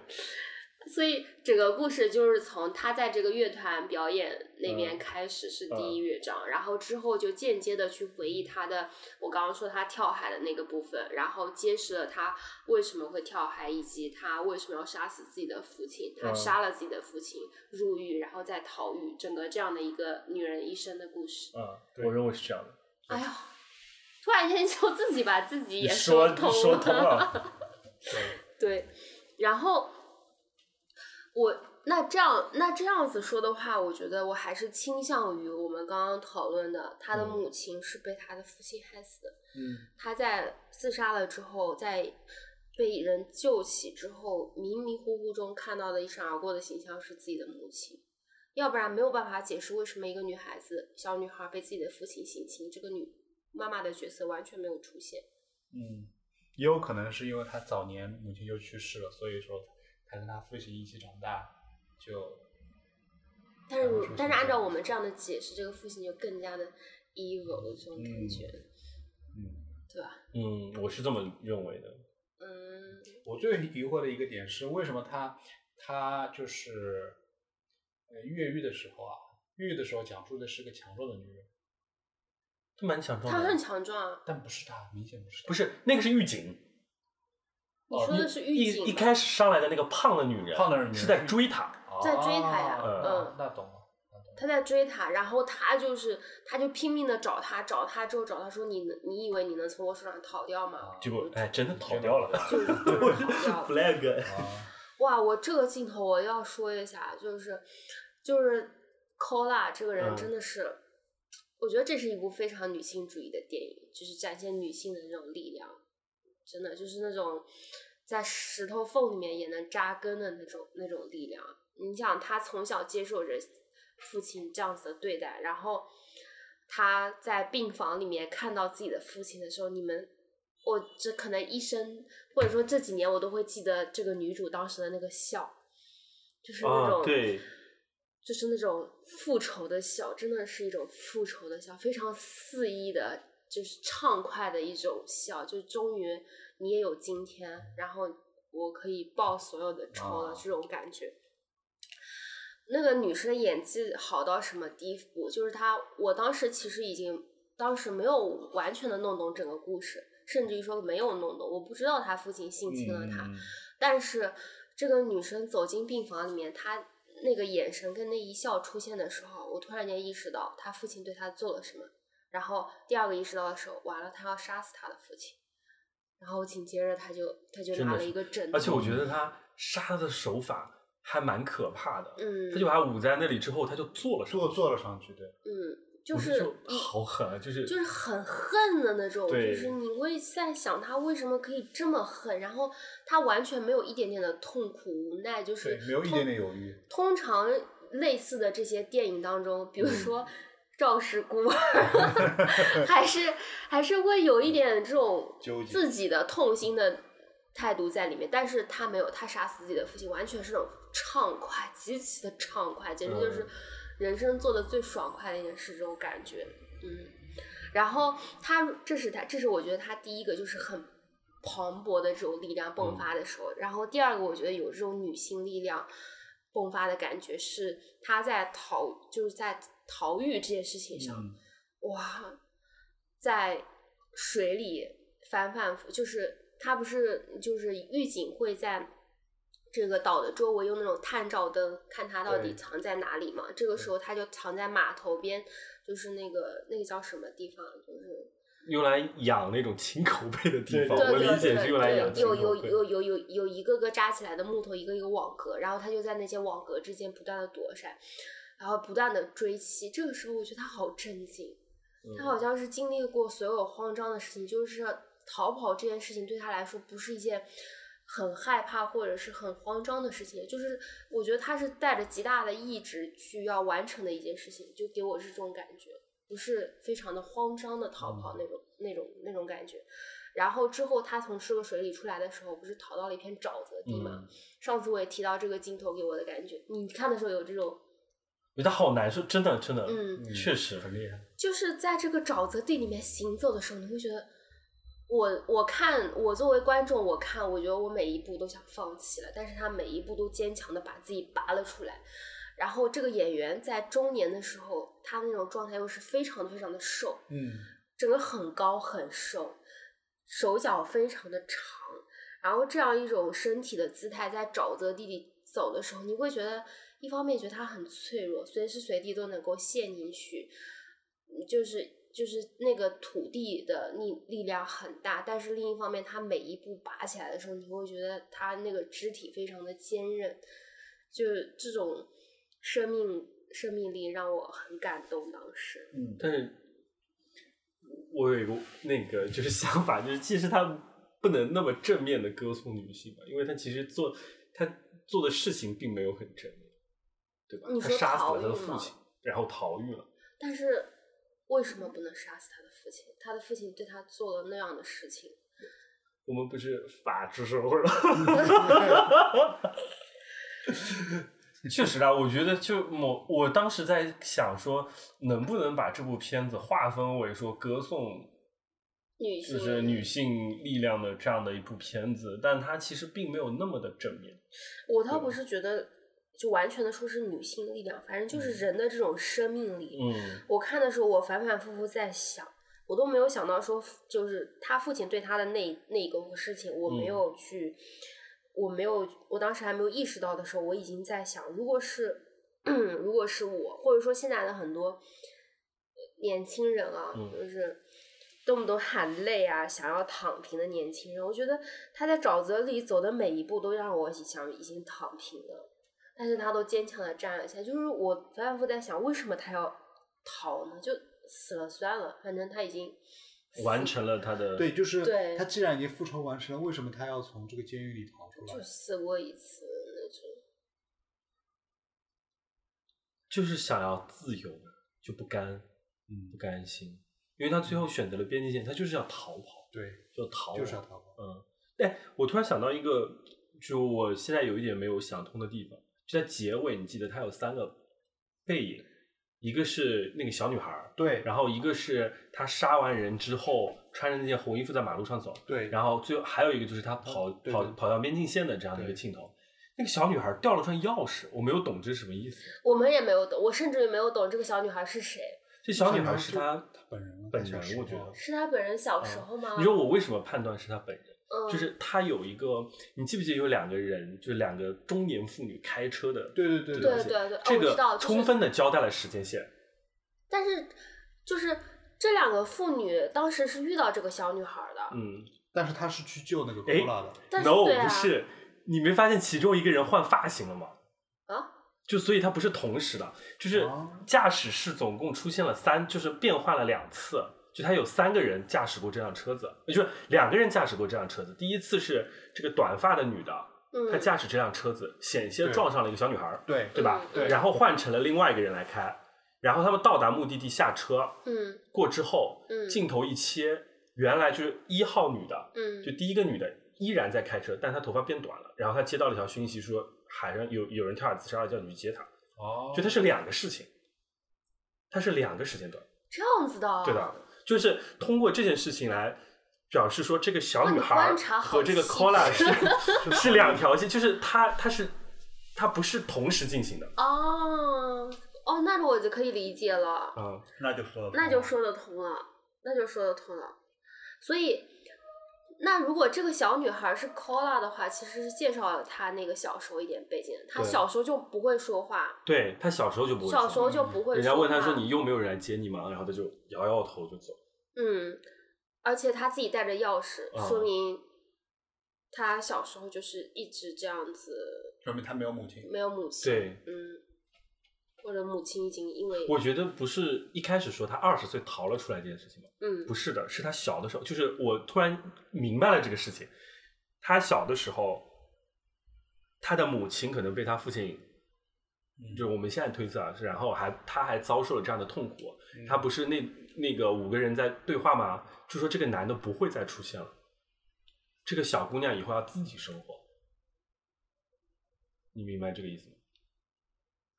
Speaker 1: 所以整个故事就是从他在这个乐团表演那边
Speaker 2: 嗯
Speaker 1: 开始是第一乐章，然后之后就间接的去回忆他的，我刚刚说他跳海的那个部分，然后揭示了他为什么会跳海，以及他为什么要杀死自己的父亲，他
Speaker 2: 嗯
Speaker 1: 杀了自己的父亲，入狱，然后再逃狱，整个这样的一个女人一生的故事。
Speaker 2: 嗯，
Speaker 3: 对
Speaker 2: 我认为是这样的。
Speaker 1: 哎呦，突然间就自己把自己
Speaker 2: 你
Speaker 1: 也
Speaker 2: 说你
Speaker 1: 通了，
Speaker 2: 说通 了，
Speaker 1: 对，然后我那这样那这样子说的话，我觉得我还是倾向于我们刚刚讨论的，他的
Speaker 2: 嗯
Speaker 1: 母亲是被他的父亲害死的。
Speaker 3: 嗯，
Speaker 1: 他在自杀了之后，在被人救起之后，迷迷糊糊中看到的一闪而过的形象是自己的母亲。要不然没有办法解释为什么一个女孩子、小女孩被自己的父亲性侵，这个女妈妈的角色完全没有出现。
Speaker 3: 嗯，也有可能是因为他早年母亲就去世了，所以说他跟他父亲一起长大，就
Speaker 1: 但
Speaker 3: 然后
Speaker 1: 是但
Speaker 3: 说，是
Speaker 1: 是
Speaker 3: 这
Speaker 1: 按照
Speaker 3: 样
Speaker 1: 我们这样的解释，这个父亲就更加的 evil 这种感
Speaker 3: 嗯
Speaker 1: 觉，
Speaker 3: 嗯，
Speaker 1: 对吧？
Speaker 2: 嗯，我是这么认为的。
Speaker 1: 嗯
Speaker 3: 我最疑惑的一个点是为什么他他就是呃越狱的时候啊，越狱的时候讲述的是个强壮的女人，
Speaker 2: 他蛮强，壮
Speaker 1: 他
Speaker 2: 的，
Speaker 1: 很强壮啊。
Speaker 3: 但不是他，明显不是他，
Speaker 2: 不是那个是狱警，
Speaker 1: 你
Speaker 3: 哦
Speaker 1: 说的
Speaker 2: 一
Speaker 1: 是狱警
Speaker 2: 一一
Speaker 1: 吗
Speaker 2: 开始上来的那个胖的女人，
Speaker 3: 胖的女人
Speaker 2: 是在追他，
Speaker 1: 在追他呀
Speaker 3: 哦
Speaker 1: 嗯
Speaker 3: 那那懂了，那懂了。
Speaker 1: 他在追他，然后他就是，他就拼命的找他，找他之后找他说你能，你以为你能从我手上逃掉吗？
Speaker 2: 结果哎真的逃掉 了
Speaker 1: 就是就是逃掉了。
Speaker 2: ，flag，
Speaker 3: 啊，
Speaker 1: 哇，我这个镜头我要说一下，就是就是扣拉这个人
Speaker 2: 嗯
Speaker 1: 真的是，我觉得这是一部非常女性主义的电影，就是展现女性的那种力量，真的就是那种在石头缝里面也能扎根的那种那种力量。你想，她从小接受着父亲这样子的对待，然后她在病房里面看到自己的父亲的时候，你们我这可能一生或者说这几年我都会记得这个女主当时的那个笑，就是那种、嗯
Speaker 2: 啊对，
Speaker 1: 就是那种复仇的笑，真的是一种复仇的笑，非常肆意的，就是畅快的一种笑，就终于你也有今天，然后我可以报所有的仇了、
Speaker 3: 啊
Speaker 1: 这种感觉。那个女生演技好到什么地步？就是她，我当时其实已经，当时没有完全的弄懂整个故事，甚至于说没有弄懂，我不知道她父亲性侵了她。
Speaker 3: 嗯嗯嗯
Speaker 1: 但是这个女生走进病房里面，她那个眼神跟那一笑出现的时候，我突然间意识到她父亲对她做了什么。然后第二个意识到的时候，完了，她要杀死她的父亲。然后紧接着她就她就
Speaker 2: 真的
Speaker 1: 拿了
Speaker 2: 是
Speaker 1: 一个枕头，
Speaker 2: 而且我觉得他杀的手法还蛮可怕的，
Speaker 1: 嗯，
Speaker 2: 他就把他捂在那里之后，他就坐了上去，
Speaker 3: 坐坐了上去，对，
Speaker 1: 嗯就
Speaker 2: 我
Speaker 1: 是
Speaker 2: 就好狠啊，就是
Speaker 1: 就是很恨的那种，就
Speaker 2: 对
Speaker 1: 是你会在想他为什么可以这么狠，然后他完全没有一点点的痛苦无奈，就是
Speaker 3: 对没有一
Speaker 1: 通
Speaker 3: 点点犹豫
Speaker 1: 通常类似的这些电影当中，
Speaker 3: 嗯
Speaker 1: 比如说《赵氏孤儿》，还是还是会有一点这种
Speaker 3: 嗯纠结
Speaker 1: 自己的痛心的态度在里面，但是他没有，他杀死自己的父亲，完全是那种畅
Speaker 3: 嗯
Speaker 1: 快，极其的畅快，简直就是人生做的最爽快的一件事，这种感觉。嗯，然后他这是他，这是我觉得他第一个就是很磅礴的这种力量迸发的时候，然后第二个我觉得有这种女性力量迸发的感觉是他在逃，就是在逃狱这件事情上，
Speaker 3: 嗯
Speaker 1: 哇，在水里反反复，就是他不是就是狱警会在这个岛的周围用那种探照灯看他到底
Speaker 2: 对
Speaker 1: 藏在哪里嘛。这个时候他就藏在码头边，就是那个那个叫什么地方，就是
Speaker 2: 用来养那种青口贝的地
Speaker 3: 对
Speaker 2: 方，
Speaker 1: 对
Speaker 2: 哦我
Speaker 1: 对
Speaker 2: 理解
Speaker 1: 对
Speaker 2: 是用来
Speaker 1: 对
Speaker 2: 养青
Speaker 1: 有
Speaker 2: 口
Speaker 1: 有
Speaker 2: 贝。
Speaker 1: 有有有有一个个扎起来的木头，一个一个网格，然后他就在那些网格之间不断的躲闪，然后不断的追妻。这个时候，我觉得他好震惊，他好像是经历过所有慌张的事情，就是逃跑这件事情对他来说不是一件。很害怕或者是很慌张的事情，就是我觉得他是带着极大的意志去要完成的一件事情，就给我是这种感觉，不是非常的慌张的逃跑那种、那种那种感觉。然后之后他从这个水里出来的时候，不是逃到了一片沼泽地嘛？
Speaker 2: 嗯，
Speaker 1: 上次我也提到这个镜头给我的感觉，你看的时候有这种，
Speaker 2: 觉得好难受，真的真的，
Speaker 1: 嗯
Speaker 2: 确实
Speaker 3: 很厉害。
Speaker 1: 就是在这个沼泽地里面行走的时候，你会觉得，我我看我作为观众，我看我觉得我每一步都想放弃了，但是他每一步都坚强的把自己拔了出来。然后这个演员在中年的时候，他那种状态又是非常非常的瘦，
Speaker 3: 嗯，
Speaker 1: 整个很高很瘦，手脚非常的长，然后这样一种身体的姿态在沼泽地里走的时候，你会觉得一方面觉得它很脆弱，随时随地都能够陷进去，嗯就是就是那个土地的力力量很大，但是另一方面，它每一步拔起来的时候，你会觉得它那个肢体非常的坚韧，就是这种生命生命力让我很感动，当时。
Speaker 3: 嗯
Speaker 2: 但是我有一个那个就是想法，就是其实他不能那么正面的歌颂女性吧，因为他其实做他做的事情并没有很正面，对吧
Speaker 1: 你？
Speaker 2: 他
Speaker 1: 说
Speaker 2: 杀死
Speaker 1: 逃
Speaker 2: 了他的
Speaker 1: 狱
Speaker 2: 父
Speaker 1: 吗
Speaker 2: 亲，然后逃狱了。
Speaker 1: 但是为什么不能杀死他的父亲？他的父亲对他做了那样的事情，
Speaker 2: 我们不是法治社会了。确实啊，我觉得就某，我当时在想说，能不能把这部片子划分为说歌颂
Speaker 1: 女性
Speaker 2: 就是女性力量的这样的一部片子，但它其实并没有那么的正面。
Speaker 1: 我倒不是觉得就完全的说是女性力量，反正就是人的这种生命力。
Speaker 2: 嗯
Speaker 1: 我看的时候，我反反复复在想，我都没有想到说，就是他父亲对他的那那个事情，我没
Speaker 2: 嗯
Speaker 1: 有去，我没有，我当时还没有意识到的时候，我已经在想，如果是 如果是我，或者说现在的很多年轻人啊，
Speaker 2: 嗯
Speaker 1: 就是。动不动喊累啊，想要躺平的年轻人，我觉得他在沼泽里走的每一步都让我想已经躺平了。但是他都坚强的站了起来。就是我反反复复在想，为什么他要逃呢？就死了算了，反正他已经死
Speaker 2: 完成了他的
Speaker 3: 对，就是
Speaker 1: 对
Speaker 3: 他既然已经复仇完成了，为什么他要从这个监狱里逃出
Speaker 1: 就
Speaker 3: 来？
Speaker 1: 死过一次那种。
Speaker 2: 就是想要自由，就不甘
Speaker 3: 嗯
Speaker 2: 不，甘心，因为他最后选择了边境线，他就是要逃跑，
Speaker 3: 对，
Speaker 2: 就逃
Speaker 3: 就是要
Speaker 2: 跑
Speaker 3: 逃跑。
Speaker 2: 嗯，哎，我突然想到一个，就我现在有一点没有想通的地方，就在结尾，你记得他有三个背影，一个是那个小女孩儿，
Speaker 3: 对，
Speaker 2: 然后一个是他杀完人之后穿着那件红衣服在马路上走，
Speaker 3: 对，
Speaker 2: 然后最后还有一个就是他跑、
Speaker 3: 嗯对
Speaker 2: 跑
Speaker 3: 对
Speaker 2: 跑到边境线的这样的一个
Speaker 3: 对
Speaker 2: 镜头。那个小女孩掉了串钥匙，我没有懂这是什么意思。
Speaker 1: 我们也没有懂，我甚至也没有懂这个小女孩是谁，
Speaker 2: 这小女孩
Speaker 3: 就是
Speaker 2: 她
Speaker 3: 她本人吗
Speaker 2: 本
Speaker 3: 她小时
Speaker 2: 人，
Speaker 3: 候
Speaker 2: 我觉得。
Speaker 1: 是她本人小时候吗？
Speaker 2: 哦你说我为什么判断是她本人？
Speaker 1: 嗯，
Speaker 2: 就是她有一个，你记不记得有两个人，就是两个中年妇女开车的，
Speaker 3: 对对对
Speaker 1: 对
Speaker 2: 对
Speaker 1: 对对，哦
Speaker 2: 这
Speaker 1: 我知道，
Speaker 2: 个
Speaker 1: 就是
Speaker 2: 充分的交代了时间线。
Speaker 1: 但是就是这两个妇女当时是遇到这个小女孩的，
Speaker 2: 嗯
Speaker 3: 但是他是去救那个
Speaker 2: 哎
Speaker 3: Cola 的，
Speaker 1: 但是
Speaker 2: ，no，
Speaker 1: 对啊
Speaker 2: 不是，你没发现其中一个人换发型了吗？
Speaker 1: 啊，
Speaker 2: 就所以它不是同时的，就是
Speaker 3: 哦
Speaker 2: 驾驶室总共出现了三，就是变换了两次，就它有三个人驾驶过这辆车子，也就是两个人驾驶过这辆车子。第一次是这个短发的女的，
Speaker 1: 嗯，
Speaker 2: 她驾驶这辆车子，险些
Speaker 3: 对
Speaker 2: 撞上了一个小女孩儿，
Speaker 3: 对
Speaker 2: 对吧？
Speaker 1: 嗯对
Speaker 2: 然后换成了另外一个人来开，然后他们到达目的地下车
Speaker 1: 嗯
Speaker 2: 过之后，
Speaker 1: 嗯
Speaker 2: 镜头一切，原来就是一号女的，
Speaker 1: 嗯
Speaker 2: 就第一个女的依然在开车，但她头发变短了，然后她接到了一条讯息说海上有有人跳海自杀了，叫你去接她。
Speaker 3: 哦
Speaker 2: 就它是两个事情，它是两个时间段，
Speaker 1: 这样子的啊，
Speaker 2: 对的，就是通过这件事情来表示说，这个小女孩
Speaker 1: 哇你
Speaker 2: 儿
Speaker 1: 观察好
Speaker 2: 和这个
Speaker 1: 细
Speaker 2: Cola 是 是两条线，就是它它是它不是同时进行的
Speaker 1: 哦哦，那我就可以理解了，
Speaker 2: 啊、
Speaker 3: 那就说得通
Speaker 1: 那就
Speaker 3: 了
Speaker 1: 说得通了，那就说得通了。所以，那如果这个小女孩是 Cola 的话，其实是介绍了她那个小时候一点背景，她
Speaker 2: 对
Speaker 1: 小时候就不会说话，
Speaker 2: 对，她小时候就不会
Speaker 1: 小时
Speaker 2: 说
Speaker 1: 候就不会说话。
Speaker 2: 人家问她说你又没有人来接你吗？然后她就摇摇头就走。
Speaker 1: 嗯，而且他自己带着钥匙，
Speaker 2: 啊
Speaker 1: 说明他小时候就是一直这样子，
Speaker 3: 说明他没有母亲。
Speaker 1: 没有母亲。，
Speaker 2: 对，
Speaker 1: 嗯，或者母亲已经因为
Speaker 2: 我觉得不是一开始说她二十岁逃了出来这件事情吗？
Speaker 1: 嗯
Speaker 2: 不是的，是他小的时候，就是我突然明白了这个事情。他小的时候，他的母亲可能被他父亲，
Speaker 3: 嗯
Speaker 2: 就我们现在推测啊，是然后还他还遭受了这样的痛苦。他不是那那个五个人在对话吗？就说这个男的不会再出现了，这个小姑娘以后要自己生活。你明白这个意思吗？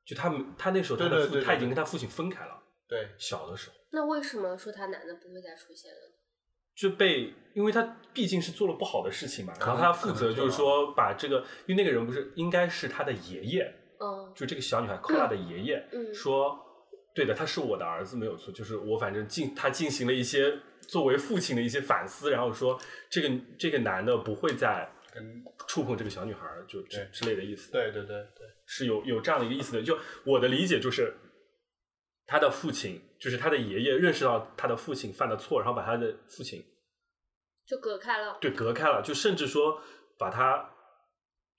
Speaker 2: 就他们他那时候他的
Speaker 3: 对对
Speaker 2: 父
Speaker 3: 对对
Speaker 2: 他已经
Speaker 3: 对
Speaker 2: 跟他父亲分开了，
Speaker 3: 对，
Speaker 2: 小的时候。
Speaker 1: 那为什么说他男的不会再出现了呢？
Speaker 2: 就被，因为他毕竟是做了不好的事情嘛，
Speaker 3: 可
Speaker 2: 然
Speaker 3: 能
Speaker 2: 后他负责就是
Speaker 3: 可能做
Speaker 2: 说把这个，因为那个人不是应该是他的爷爷，
Speaker 1: 嗯
Speaker 2: 就这个小女孩 Cola 的爷爷、
Speaker 1: 嗯
Speaker 2: 说，对的，他是我的儿子没有错，就是我反正进他进行了一些作为父亲的一些反思，然后说这个这个男的不会再
Speaker 3: 跟
Speaker 2: 触碰这个小女孩儿，就之
Speaker 3: 对
Speaker 2: 之类的意思，
Speaker 3: 对对对对，
Speaker 2: 是有有这样的一个意思的。就我的理解就是，他的父亲就是他的爷爷认识到他的父亲犯了错，然后把他的父亲。
Speaker 1: 就隔开了。
Speaker 2: 对隔开了，就甚至说把他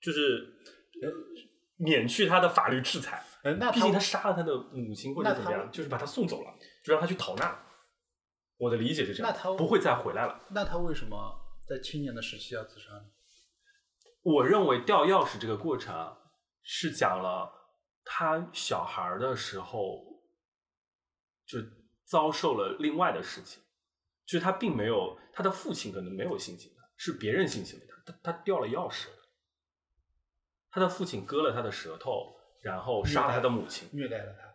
Speaker 2: 就是呃免去他的法律制裁。
Speaker 3: 呃，那
Speaker 2: 毕竟
Speaker 3: 他
Speaker 2: 他杀了他的母亲或者
Speaker 3: 那
Speaker 2: 怎么
Speaker 3: 他
Speaker 2: 样，就是把他送走了，就让他去逃难。我的理解是这样，
Speaker 3: 那他
Speaker 2: 不会再回来了。
Speaker 3: 那他为什么在青年的时期要自杀呢？
Speaker 2: 我认为掉钥匙这个过程啊是讲了他小孩儿的时候就遭受了另外的事情，就是他并没有他的父亲可能没有性侵他，是别人性侵了他，他他掉了钥匙，他的父亲割了他的舌头，然后杀了他的母亲，
Speaker 3: 虐待了他，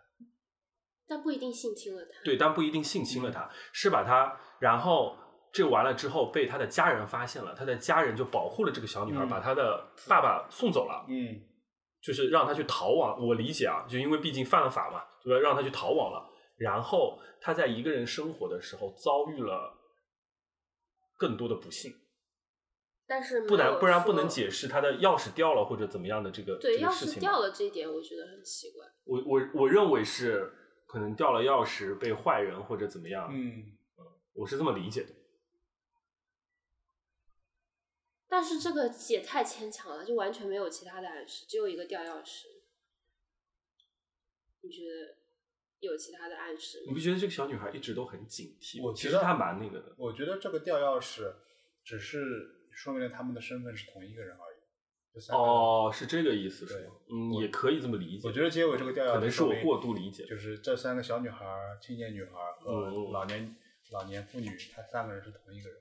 Speaker 1: 但不一定性侵了他。
Speaker 2: 对，但不一定性侵了他，是把他，然后这完了之后被他的家人发现了，他的家人就保护了这个小女孩，
Speaker 3: 嗯
Speaker 2: 把他的爸爸送走了。
Speaker 3: 嗯，
Speaker 2: 就是让他去逃亡。我理解啊，就因为毕竟犯了法嘛，对吧？让他去逃亡了。然后他在一个人生活的时候遭遇了更多的不幸，
Speaker 1: 但是没
Speaker 2: 不然
Speaker 1: 有
Speaker 2: 不然
Speaker 1: 说
Speaker 2: 不能。解释他的钥匙掉了或者怎么样的这个
Speaker 1: 对，
Speaker 2: 这
Speaker 1: 钥
Speaker 2: 个事
Speaker 1: 匙
Speaker 2: 情
Speaker 1: 掉
Speaker 2: 嘛。
Speaker 1: 了这一点，我觉得很奇怪。
Speaker 2: 我我我认为是可能掉了钥匙被坏人或者怎么样，
Speaker 3: 嗯，
Speaker 2: 我是这么理解的。
Speaker 1: 但是这个也太牵强了，就完全没有其他的暗示，只有一个掉钥匙。你觉得有其他的暗示
Speaker 2: 你
Speaker 1: 吗？
Speaker 2: 不觉得这个小女孩一直都很警惕？
Speaker 3: 我
Speaker 2: 其
Speaker 3: 觉
Speaker 2: 实
Speaker 3: 得
Speaker 2: 她蛮那个的。
Speaker 3: 我觉得这个掉钥匙只是说明了他们的身份是同一个人而已。就三个人，
Speaker 2: 哦，是这个意思是吗？嗯，
Speaker 3: 我
Speaker 2: 也可以这么理解。
Speaker 3: 我觉得结尾这个掉钥匙
Speaker 2: 可能是
Speaker 3: 说
Speaker 2: 我
Speaker 3: 明
Speaker 2: 过度理解。
Speaker 3: 就是这三个小女孩儿、青年女孩儿和
Speaker 2: 嗯
Speaker 3: 老年、老年妇女，她三个人是同一个人，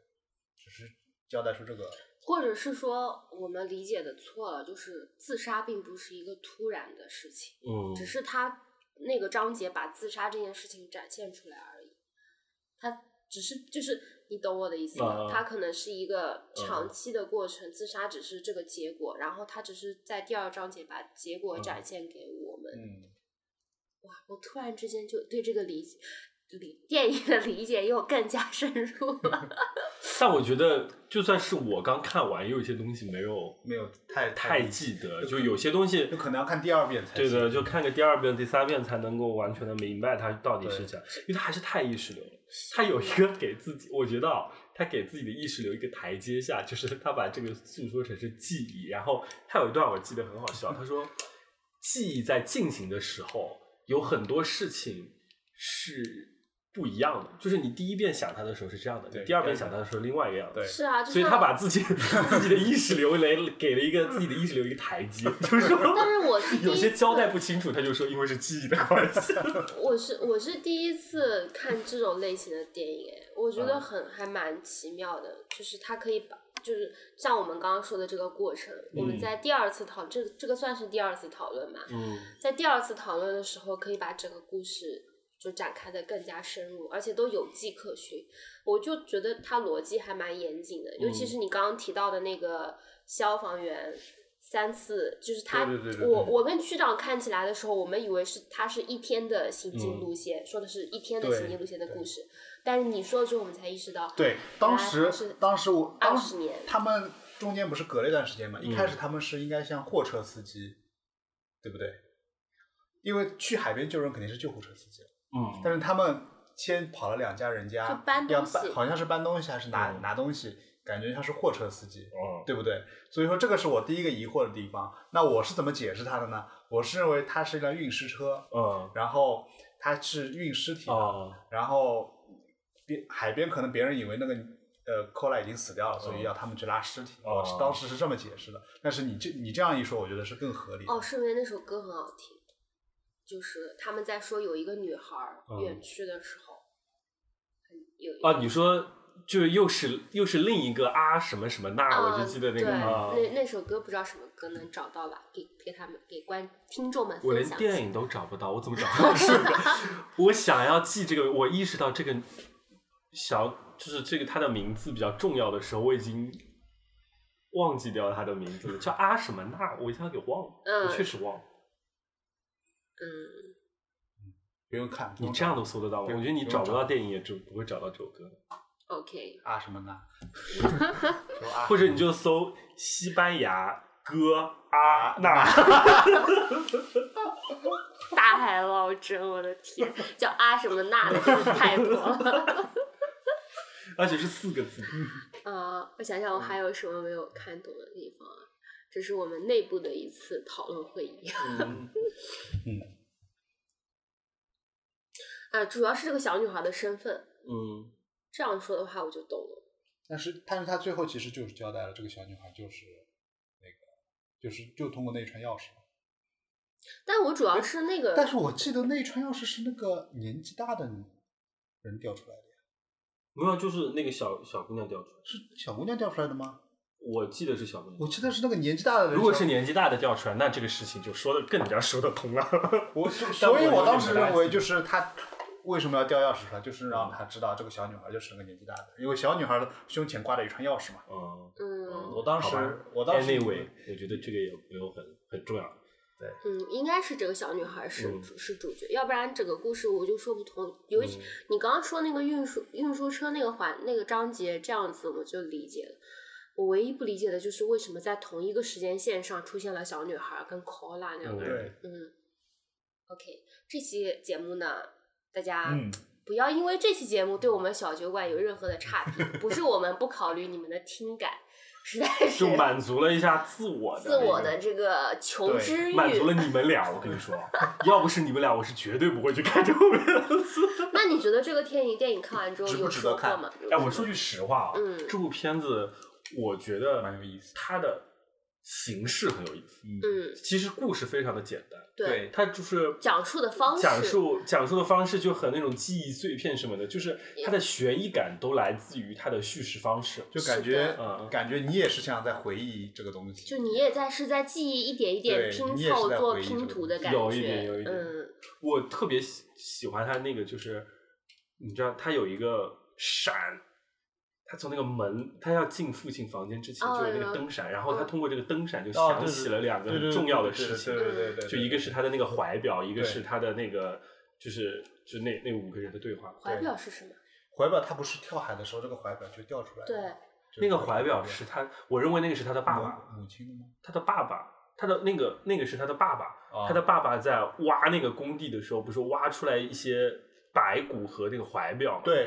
Speaker 3: 只是交代出这个。
Speaker 1: 或者是说我们理解的错了，就是自杀并不是一个突然的事情，
Speaker 2: 嗯，
Speaker 1: 只是他那个章节把自杀这件事情展现出来而已。他只是就是你懂我的意思吗？
Speaker 2: 啊
Speaker 1: 他可能是一个
Speaker 2: 嗯
Speaker 1: 长期的过程，自杀只是这个结果，然后他只是在第二章节把结
Speaker 2: 嗯
Speaker 1: 果展现给我们。
Speaker 3: 嗯，
Speaker 1: 哇，我突然之间就对这个理解理电影的理解又更加深入了。
Speaker 2: 但我觉得，就算是我刚看完，也有一些东西没有
Speaker 3: 没有太
Speaker 2: 太记得，
Speaker 3: 嗯
Speaker 2: 就
Speaker 3: 就
Speaker 2: 有些东西
Speaker 3: 有，可能要看第二遍才
Speaker 2: 对
Speaker 3: 行
Speaker 2: 的，就看个第二遍、第三遍才能够完全的明白它到底是
Speaker 3: 对
Speaker 2: 这样，因为它还是太意识流了。 他有一个给自己，我觉得啊，他给自己的意识留一个台阶下，就是他把这个诉说成是记忆。然后他有一段我记得很好
Speaker 3: 嗯
Speaker 2: 笑，他说，记忆在进行的时候，有很多事情是不一样的，就是你第一遍想他的时候是这样的，
Speaker 3: 对
Speaker 2: 你第二遍
Speaker 3: 对
Speaker 2: 想他的时候另外一个样子。
Speaker 3: 对
Speaker 1: 是啊，就
Speaker 2: 所以
Speaker 1: 像
Speaker 2: 他把自己 自己的意识流来给了一个自己的意识留一个台阶， 就是说
Speaker 1: 但是我是第
Speaker 2: 有
Speaker 1: 一
Speaker 2: 些交代
Speaker 1: 次
Speaker 2: 不清楚，他就说因为是记忆的关 系。
Speaker 1: 我是我是第一次看这种类型的电影，哎，我觉得很、还蛮奇妙的，就是它可以把，就是像我们刚刚说的这个过程，我们
Speaker 2: 嗯
Speaker 1: 在第二次讨这个这个算是第二次讨论吧，
Speaker 2: 嗯，
Speaker 1: 在第二次讨论的时候，可以把整个故事就展开的更加深入，而且都有迹可循。我就觉得它逻辑还蛮严谨的，尤其
Speaker 3: 嗯
Speaker 1: 是你刚刚提到的那个消防员三次，就是他，
Speaker 3: 对对对对
Speaker 1: 我
Speaker 3: 对
Speaker 1: 我跟区长看起来的时候，我们以为是他是一天的行进
Speaker 2: 嗯
Speaker 1: 路线，说的是一天的
Speaker 3: 对
Speaker 1: 行进路线的
Speaker 3: 对
Speaker 1: 故事，但是你说了之后，我们才意识到，
Speaker 3: 对，当时
Speaker 1: 是哦
Speaker 3: 当时我当
Speaker 1: 20年
Speaker 3: 他们中间不是隔了一段时间嘛？一
Speaker 2: 嗯
Speaker 3: 开始他们是应该像货车司机，对不对？因为去海边救人肯定是救护车司机，
Speaker 2: 嗯，
Speaker 3: 但是他们先跑了两家人家，
Speaker 1: 就搬
Speaker 3: 要
Speaker 1: 东西
Speaker 3: 搬，好像是搬东西还是拿、
Speaker 2: 嗯
Speaker 3: 拿东西，感觉像是货车司机，
Speaker 2: 嗯，
Speaker 3: 对不对？所以说这个是我第一个疑惑的地方。那我是怎么解释它的呢？我是认为它是一辆运尸车，
Speaker 2: 嗯，
Speaker 3: 然后它是运尸体的，
Speaker 2: 哦，
Speaker 3: 然后别海边可能别人以为那个呃 c o l a 已经死掉了，所以要他们去拉尸体。
Speaker 2: 嗯哦
Speaker 3: 我是当时是这么解释的，但是你这你这样一说，我觉得是更合理的。
Speaker 1: 哦，是不是那首歌很好听？就是他们在说有一个女孩儿
Speaker 2: 嗯
Speaker 1: 远去的时候，很有
Speaker 2: 啊，你说就是又是又是另一个啊什么什么那，我就记得那个啊
Speaker 1: 嗯，对，那那首歌不知道什么歌能找到吧？给给他们给观听众们分
Speaker 2: 我连
Speaker 1: 享一下。
Speaker 2: 电影都找不到，我怎么找到这个？ 我想要记这个，我意识到这个小就是这个他的名字比较重要的时候，我已经忘记掉他的名字了，叫阿什么那，我一下给忘了，
Speaker 1: 嗯
Speaker 2: 我确实忘了。
Speaker 1: 嗯，
Speaker 3: 不用看，
Speaker 2: 你这样都搜得到吗？
Speaker 3: 嗯对
Speaker 2: 我觉得你
Speaker 3: 不用
Speaker 2: 找不
Speaker 3: 找
Speaker 2: 到电影，也就不会找到这首歌，
Speaker 1: OK，
Speaker 3: 啊什么 呢？说啊，
Speaker 2: 或者你就搜西班牙歌阿
Speaker 3: 啊
Speaker 2: 那。
Speaker 1: 大海捞针，我的天，叫阿什么那的真是太多了。
Speaker 2: 而且是四个字。
Speaker 1: 呃，我想想，我还有什么没有看懂的地方啊？这是我们内部的一次讨论会议。
Speaker 2: 嗯
Speaker 1: 啊，主要是这个小女孩的身份。
Speaker 2: 嗯
Speaker 1: 这样说的话，我就懂了。
Speaker 3: 但是但是他最后其实就是交代了，这个小女孩就是那个，就是就通过那一串钥匙。
Speaker 1: 但我主要是那个，
Speaker 3: 但是我记得那一串钥匙是那个年纪大的人掉出来的，
Speaker 2: 没有，就是那个小小姑娘掉出来，
Speaker 3: 是小姑娘掉出来的吗？
Speaker 2: 我记得是小姑娘。
Speaker 3: 我记得是那个年纪大的人。
Speaker 2: 如果是年纪大的掉出来，那这个事情就说的更加说得通了。
Speaker 3: 我所所以，
Speaker 2: 但我有
Speaker 3: 我当
Speaker 2: 点
Speaker 3: 时
Speaker 2: 不大
Speaker 3: 认为
Speaker 2: 信
Speaker 3: 就是他为什么要掉钥匙出来，就是让他知道这个小女孩就是那个年纪大的，因为小女孩的胸前挂着一串钥匙嘛。
Speaker 2: 嗯，
Speaker 1: 嗯
Speaker 3: 我当
Speaker 2: 好吧
Speaker 3: 时，我当时以
Speaker 2: anyway，
Speaker 3: 为
Speaker 2: 我觉得这个也没有很很重要。
Speaker 1: 嗯，应该是这个小女孩是、
Speaker 2: 嗯
Speaker 1: 是主角，要不然整个故事我就说不通。尤其、
Speaker 2: 嗯
Speaker 1: 你刚刚说那个运输运输车那个环那个章节，这样子我就理解了。我唯一不理解的就是为什么在同一个时间线上出现了小女孩跟 Cola 两个人。
Speaker 3: 对，
Speaker 1: 嗯，OK，这期节目呢，大家
Speaker 3: 嗯，
Speaker 1: 不要因为这期节目对我们小酒馆有任何的差评，不是我们不考虑你们的听感，实在是
Speaker 2: 就满足了一下自我的
Speaker 1: 自我
Speaker 2: 那
Speaker 1: 的这个求
Speaker 3: 对
Speaker 1: 知欲，
Speaker 2: 个，满足了你们俩。我 跟你说，要不是你们俩，我是绝对不会去看这部片子。
Speaker 1: 那你觉得这个电影电影看完之后
Speaker 3: 值不
Speaker 1: 有
Speaker 3: 值
Speaker 1: 收
Speaker 3: 得
Speaker 1: 获
Speaker 3: 看
Speaker 1: 吗？
Speaker 2: 哎，我说句实话啊，
Speaker 1: 嗯
Speaker 2: 这部片子我觉得
Speaker 3: 蛮有意思
Speaker 2: 它的形式很有意思。
Speaker 1: 嗯，
Speaker 2: 其实故事非常的简单，
Speaker 1: 对，
Speaker 3: 对
Speaker 2: 它就是
Speaker 1: 讲述的方式
Speaker 2: 讲述讲述的方式就很那种记忆碎片什么的，就是它的悬疑感都来自于它的叙事方式。
Speaker 3: 就感
Speaker 1: 是
Speaker 3: 觉
Speaker 1: 的
Speaker 2: 嗯
Speaker 3: 感觉你也是像在回忆这个东西，
Speaker 1: 就你也在是在记忆一点一点
Speaker 3: 对
Speaker 1: 拼
Speaker 3: 你也是
Speaker 1: 凑
Speaker 3: 在
Speaker 1: 做
Speaker 3: 回忆
Speaker 1: 拼
Speaker 3: 这个
Speaker 1: 图
Speaker 3: 东
Speaker 1: 的
Speaker 3: 西
Speaker 1: 感觉，
Speaker 2: 有一点有一点
Speaker 1: 嗯，
Speaker 2: 我特别喜喜欢它那个，就是你知道，它有一个闪，它从那个门，它要进父亲房间之前
Speaker 1: 哦
Speaker 2: 就有那个
Speaker 1: 有
Speaker 2: 灯闪，然后它
Speaker 1: 嗯
Speaker 2: 通过这个灯闪就
Speaker 3: 哦
Speaker 2: 想
Speaker 3: 对
Speaker 2: 起了两个
Speaker 3: 对对
Speaker 2: 很
Speaker 3: 对
Speaker 2: 重要的
Speaker 3: 对对
Speaker 2: 事情，
Speaker 3: 对对对对，对
Speaker 2: 就一个是他的那个怀表，一个
Speaker 3: 对
Speaker 2: 是他的那个就是就那那五个人的对话。
Speaker 1: 怀表是什么？
Speaker 3: 怀表，他不是跳海的时候这个怀表就掉出来了，
Speaker 1: 对，
Speaker 3: 就
Speaker 2: 那
Speaker 3: 是
Speaker 2: 个怀表是他，我认为那个是他的爸爸。
Speaker 3: 母母亲的吗？
Speaker 2: 他的爸爸，他的那个那个是他的爸爸，
Speaker 3: 啊
Speaker 2: 他的爸爸在挖那个工地的时候，不是挖出来一些白骨和那个怀表吗？，
Speaker 3: 对，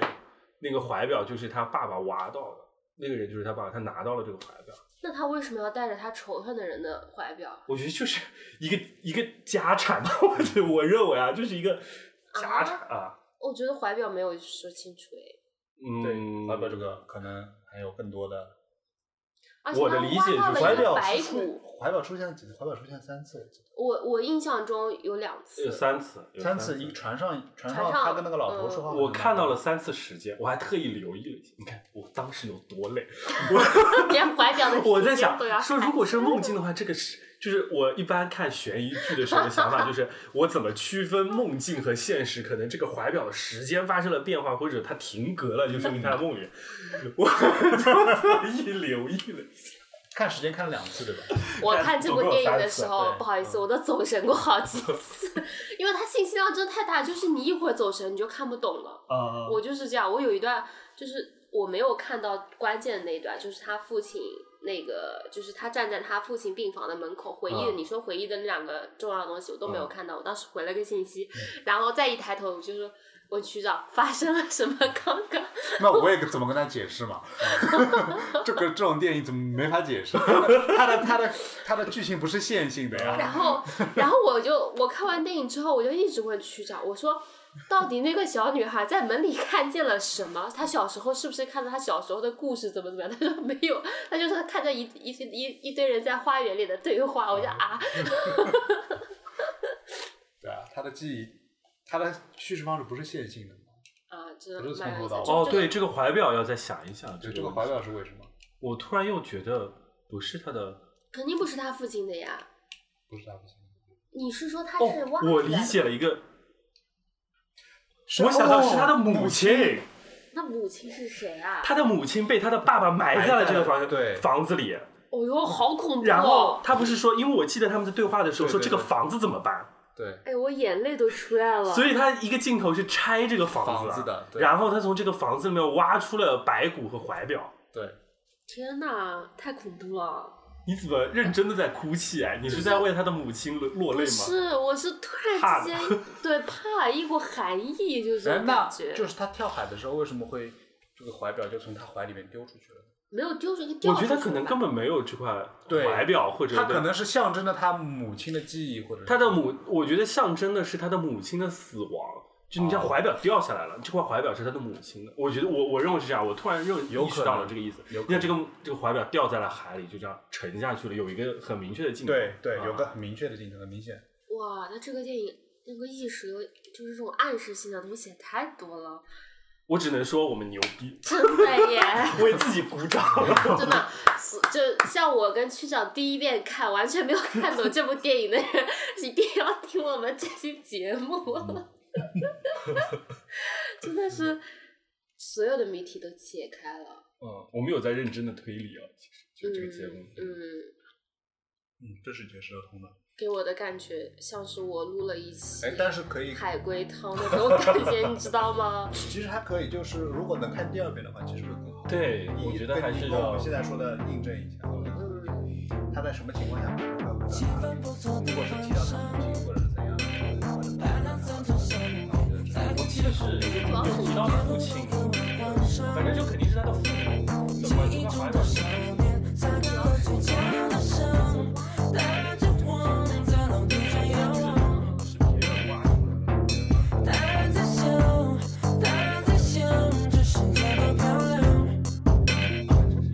Speaker 2: 那个怀表就是他爸爸挖到的，那个人就是他爸爸，他拿到了这个怀表。
Speaker 1: 那他为什么要带着他仇恨的人的怀表？
Speaker 2: 我觉得就是一个一个家产吧，我觉得我认为啊，就是一个家产啊，
Speaker 1: 我觉得怀表没有说清楚诶。
Speaker 2: 嗯，
Speaker 3: 怀表这个可能还有更多的。
Speaker 1: 而且
Speaker 2: 我的
Speaker 1: 他
Speaker 2: 理
Speaker 1: 挖
Speaker 2: 解
Speaker 1: 到
Speaker 2: 就
Speaker 1: 了
Speaker 2: 是
Speaker 1: 一
Speaker 3: 怀
Speaker 1: 个
Speaker 3: 表
Speaker 1: 白
Speaker 3: 出现
Speaker 1: 骨，
Speaker 3: 怀表出现了几次？怀表出现了三次，我记得。
Speaker 1: 我我印象中有两次
Speaker 2: 有，呃三次，有
Speaker 3: 三
Speaker 2: 次
Speaker 3: 次，嗯一船上船
Speaker 1: 船
Speaker 3: 上
Speaker 1: 上
Speaker 3: 他跟那个老头说话，
Speaker 2: 我看到了三次时间，我还特意留意了一下。你看我当时有多累，
Speaker 1: 连怀表的
Speaker 2: 我在
Speaker 1: 时间
Speaker 2: 想
Speaker 1: 都要
Speaker 2: 说，
Speaker 1: 看
Speaker 2: 如果是梦境的话，这个是就是我一般看悬疑剧的时候的想法就是，我怎么区分梦境和现实？可能这个怀表的时间发生了变化，或者它停格了，就说明它在梦里。我 特意留意了一下，
Speaker 3: 看时间看了两次，对 吧？
Speaker 1: 我
Speaker 2: 但
Speaker 1: 看这
Speaker 2: 总
Speaker 1: 部
Speaker 2: 共有
Speaker 1: 电影
Speaker 2: 三
Speaker 1: 的
Speaker 2: 次嗯
Speaker 1: 时候，
Speaker 3: 对
Speaker 1: 不好意思，我都走神过好几次， 因为它信息量真的太大，就是你一会儿走神你就看不懂了。
Speaker 2: 啊
Speaker 3: 呃
Speaker 1: 我就是这样，我有一段就是我没有看到关键的那一段，就是他父亲那个，就是他站在他父亲病房的门口回忆、
Speaker 2: 嗯
Speaker 1: 你说回忆的那两个重要的东西，我都没有
Speaker 2: 嗯
Speaker 1: 看到。我当时回了个信息，然后再一抬头我就说。问区长发生了什么？ 刚刚
Speaker 3: 那我也怎么跟他解释嘛？ 这个这种电影怎么没法解释？它 的它的它的剧情不是线性的
Speaker 1: 然
Speaker 3: 呀。
Speaker 1: 后，然后我就我看完电影之后，我就一直问区长，我说到底那个小女孩在门里看见了什么？她小时候是不是看到她小时候的故事怎么怎么样？他说没有，他就是看着一一一一堆人在花园里的对话，
Speaker 2: 哦
Speaker 1: 我就啊，
Speaker 3: 对啊，他的记忆，他的叙事方式不是线性的。
Speaker 1: 啊，这
Speaker 3: 不是
Speaker 1: 蛮有
Speaker 3: 从头
Speaker 1: 意思
Speaker 3: 到
Speaker 1: 的
Speaker 3: 尾
Speaker 2: 哦，对，
Speaker 1: 就
Speaker 2: 这个怀表要再想一想。
Speaker 3: 对，
Speaker 2: 个
Speaker 3: 这个
Speaker 2: 问
Speaker 3: 怀
Speaker 2: 题
Speaker 3: 表是为什么？
Speaker 2: 我突然又觉得不是他的。
Speaker 1: 肯定不是他父亲的呀。
Speaker 3: 不是他不行。
Speaker 1: 你是说他
Speaker 2: 哦
Speaker 1: 是挖、，
Speaker 2: 我理解，了一个，
Speaker 3: 是
Speaker 2: 我想到是
Speaker 3: 哦
Speaker 2: 他的母亲，
Speaker 1: 那母亲是谁啊？
Speaker 2: 他的母亲被他的爸爸埋在了这个房
Speaker 3: 埋在了对
Speaker 2: 房子里。
Speaker 1: 哦哟，好恐怖、哦！
Speaker 2: 然后他不是说，因为我记得他们在对话的时候
Speaker 3: 对
Speaker 2: 说
Speaker 3: 对
Speaker 2: 这个
Speaker 3: 对
Speaker 2: 房子怎么办，
Speaker 3: 对，
Speaker 1: 哎，我眼泪都出来了。
Speaker 2: 所以他一个镜头是拆这个房
Speaker 3: 房子的对
Speaker 2: 然后他从这个房子里面挖出了白骨和怀表。
Speaker 3: 对，
Speaker 1: 天哪，太恐怖了。
Speaker 2: 你怎么认真的在哭泣啊？你是在为他的母亲落落
Speaker 1: 不
Speaker 2: 泪吗？
Speaker 1: 是，我是突然
Speaker 2: 怕
Speaker 1: 之间 对怕一股寒意，就是这
Speaker 3: 哎
Speaker 1: 种，
Speaker 3: 那
Speaker 1: 感觉，
Speaker 3: 就是他跳海的时候，为什么会这个怀表就从他怀里面丢出去了？
Speaker 1: 没有丢出一个掉
Speaker 2: 我
Speaker 1: 出
Speaker 2: 觉
Speaker 1: 去的
Speaker 2: 得
Speaker 1: 吧。
Speaker 2: 他可能根本没有这块
Speaker 3: 对
Speaker 2: 怀表，或者
Speaker 3: 他可能是象征着他母亲的记忆，或者是
Speaker 2: 他的母，我觉得象征的是他的母亲的死亡。就你像
Speaker 3: 哦
Speaker 2: 怀表掉下来了，这块怀表是他的母亲的。我觉得我我认为是这样，我突然认
Speaker 3: 有
Speaker 2: 意识到
Speaker 3: 可
Speaker 2: 了
Speaker 3: 能
Speaker 2: 这个意思。
Speaker 3: 有可
Speaker 2: 你看
Speaker 3: 能
Speaker 2: 这个这个怀表掉在了海里，就这样沉下去了，有一个很明确的镜头。
Speaker 3: 对对，
Speaker 2: 啊
Speaker 3: 有个很明确的镜头，很明显。
Speaker 1: 哇，那这个电影那个意识流，就是这种暗示性的东西也太多了，
Speaker 2: 我只能说我们牛逼，
Speaker 1: 真的耶，
Speaker 2: 为自己鼓 掌。
Speaker 1: 真的，所就像我跟区长第一遍看完全没有看懂这部电影的人，一定要听我们这期节目， 真的是所有的谜题都解开了。
Speaker 2: 嗯，我们有在认真的推理啊，其实就这个节目。
Speaker 1: 嗯，嗯，
Speaker 3: 嗯，这是绝世流通的。
Speaker 1: 给我的感觉像是我录了一期
Speaker 3: 哎，但是可以，
Speaker 1: 海龟汤那种感觉，你知道吗？
Speaker 3: 其实还可以，就是如果能看第二遍的话，其实会更好。
Speaker 2: 对
Speaker 3: 你
Speaker 2: 我觉得
Speaker 3: 跟
Speaker 2: 还
Speaker 3: 你
Speaker 2: 是
Speaker 3: 跟我
Speaker 2: 要
Speaker 3: 们现在说的印证一下，
Speaker 1: 嗯，
Speaker 3: 他在什么情况下会回到他的如果是提到他母亲或者是怎样的，或者
Speaker 2: 我记得是
Speaker 1: 王
Speaker 2: 有提到他父亲，反正就肯定是他的父母。怎么这块怀表是别人挖出来的？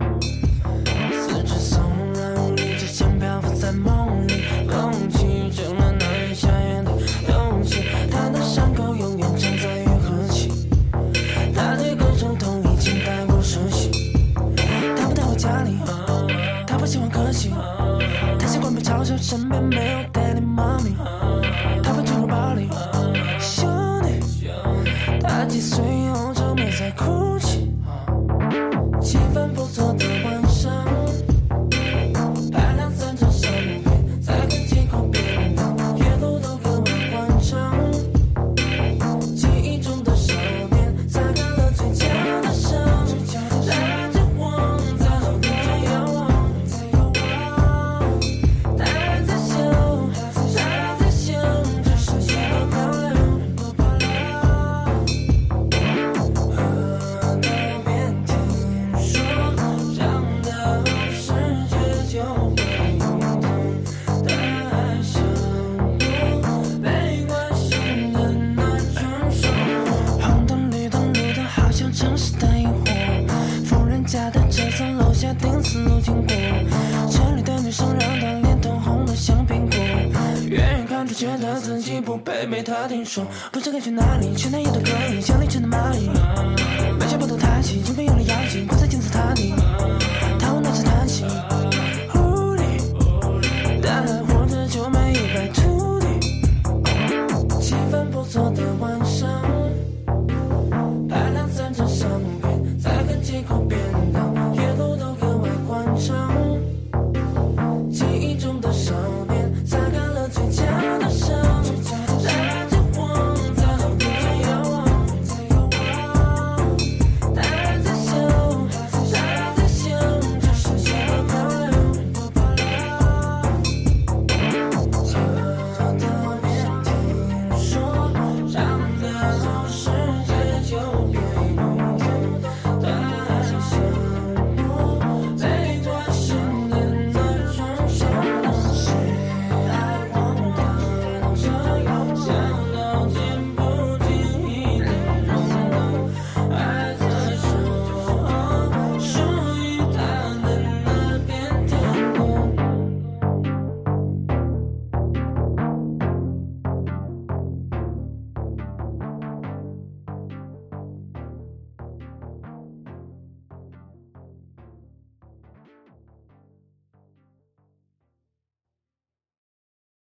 Speaker 4: 四肢松软无力，就像漂浮在梦里。空气成了难以下咽的东西，他的伤口永远常在于呼吸。他对各种痛已经太过熟悉。他不到我家里，他不喜欢客气，他习惯被嘲笑，身边没有爹地妈咪。他被卷入暴力，兄弟，他几岁后就没再哭泣。气氛不错的晚上，排了三场山杯，再跟几口槟榔，夜路都给我关上。记忆中的少年，擦干了嘴角的伤，带着慌，在后天中遥望。他在想，他在想，这世界多漂亮，多漂亮。何都别听说，这样的世界就会永恒。但爱胜过被关心的那种手。红灯绿灯绿灯，好像城市的萤火。富人家的车从楼下丁字路经过，城里的女生让她脸通红的像苹果。远远看着，觉得自己不配被她听说，不知该去哪里，去哪也都可以，像凌晨的蚂蚁。